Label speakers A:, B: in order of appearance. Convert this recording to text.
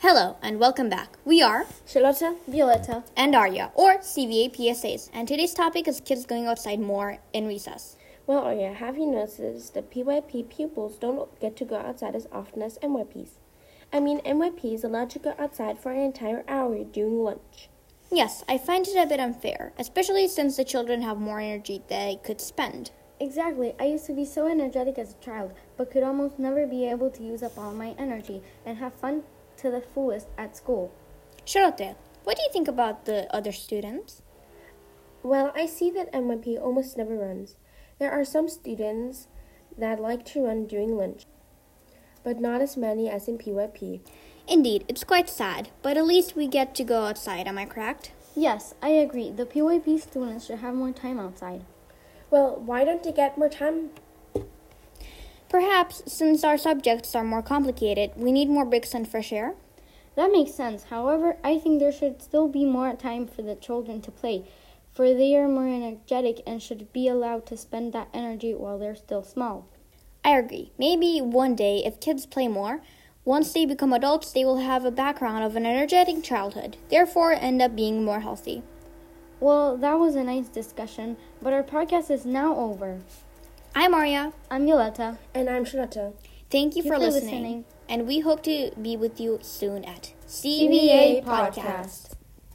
A: Hello and welcome back. We are
B: Charlotta, Violetta.
A: and Arya, or CVA PSAs, and today's topic is kids going outside more in recess.
B: Well, Arya, have you noticed that PYP pupils don't get to go outside as often as NYPs? I mean, NYP is allowed to go outside for an entire hour during lunch.
A: Yes, I find it a bit unfair, especially since the children have more energy they could spend.
C: Exactly. I used to be so energetic as a child, but could almost never be able to use up all my energy and have fun to the fullest at school.
A: Charlotte, what do you think about the other students?
B: Well, I see that NYP almost never runs. There are some students that like to run during lunch, but not as many as in PYP.
A: Indeed, it's quite sad, but at least we get to go outside, am I correct?
C: Yes, I agree. The PYP students should have more time outside.
B: Well, why don't they get more time?
A: Perhaps, since our subjects are more complicated, we need more breaks and fresh air?
C: That makes sense. However, I think there should still be more time for the children to play, for they are more energetic and should be allowed to spend that energy while they're still small.
A: I agree. Maybe one day, if kids play more, once they become adults, they will have a background of an energetic childhood, therefore, end up being more healthy.
C: Well, that was a nice discussion, but our podcast is now over.
A: I'm Aria.
C: I'm Violetta.
B: And I'm Charlotta.
A: Thank you,
C: You
A: for,
C: for
A: listening.
C: listening.
A: And we hope to be with you soon at CBA,
C: CBA
A: Podcast.
C: Podcast.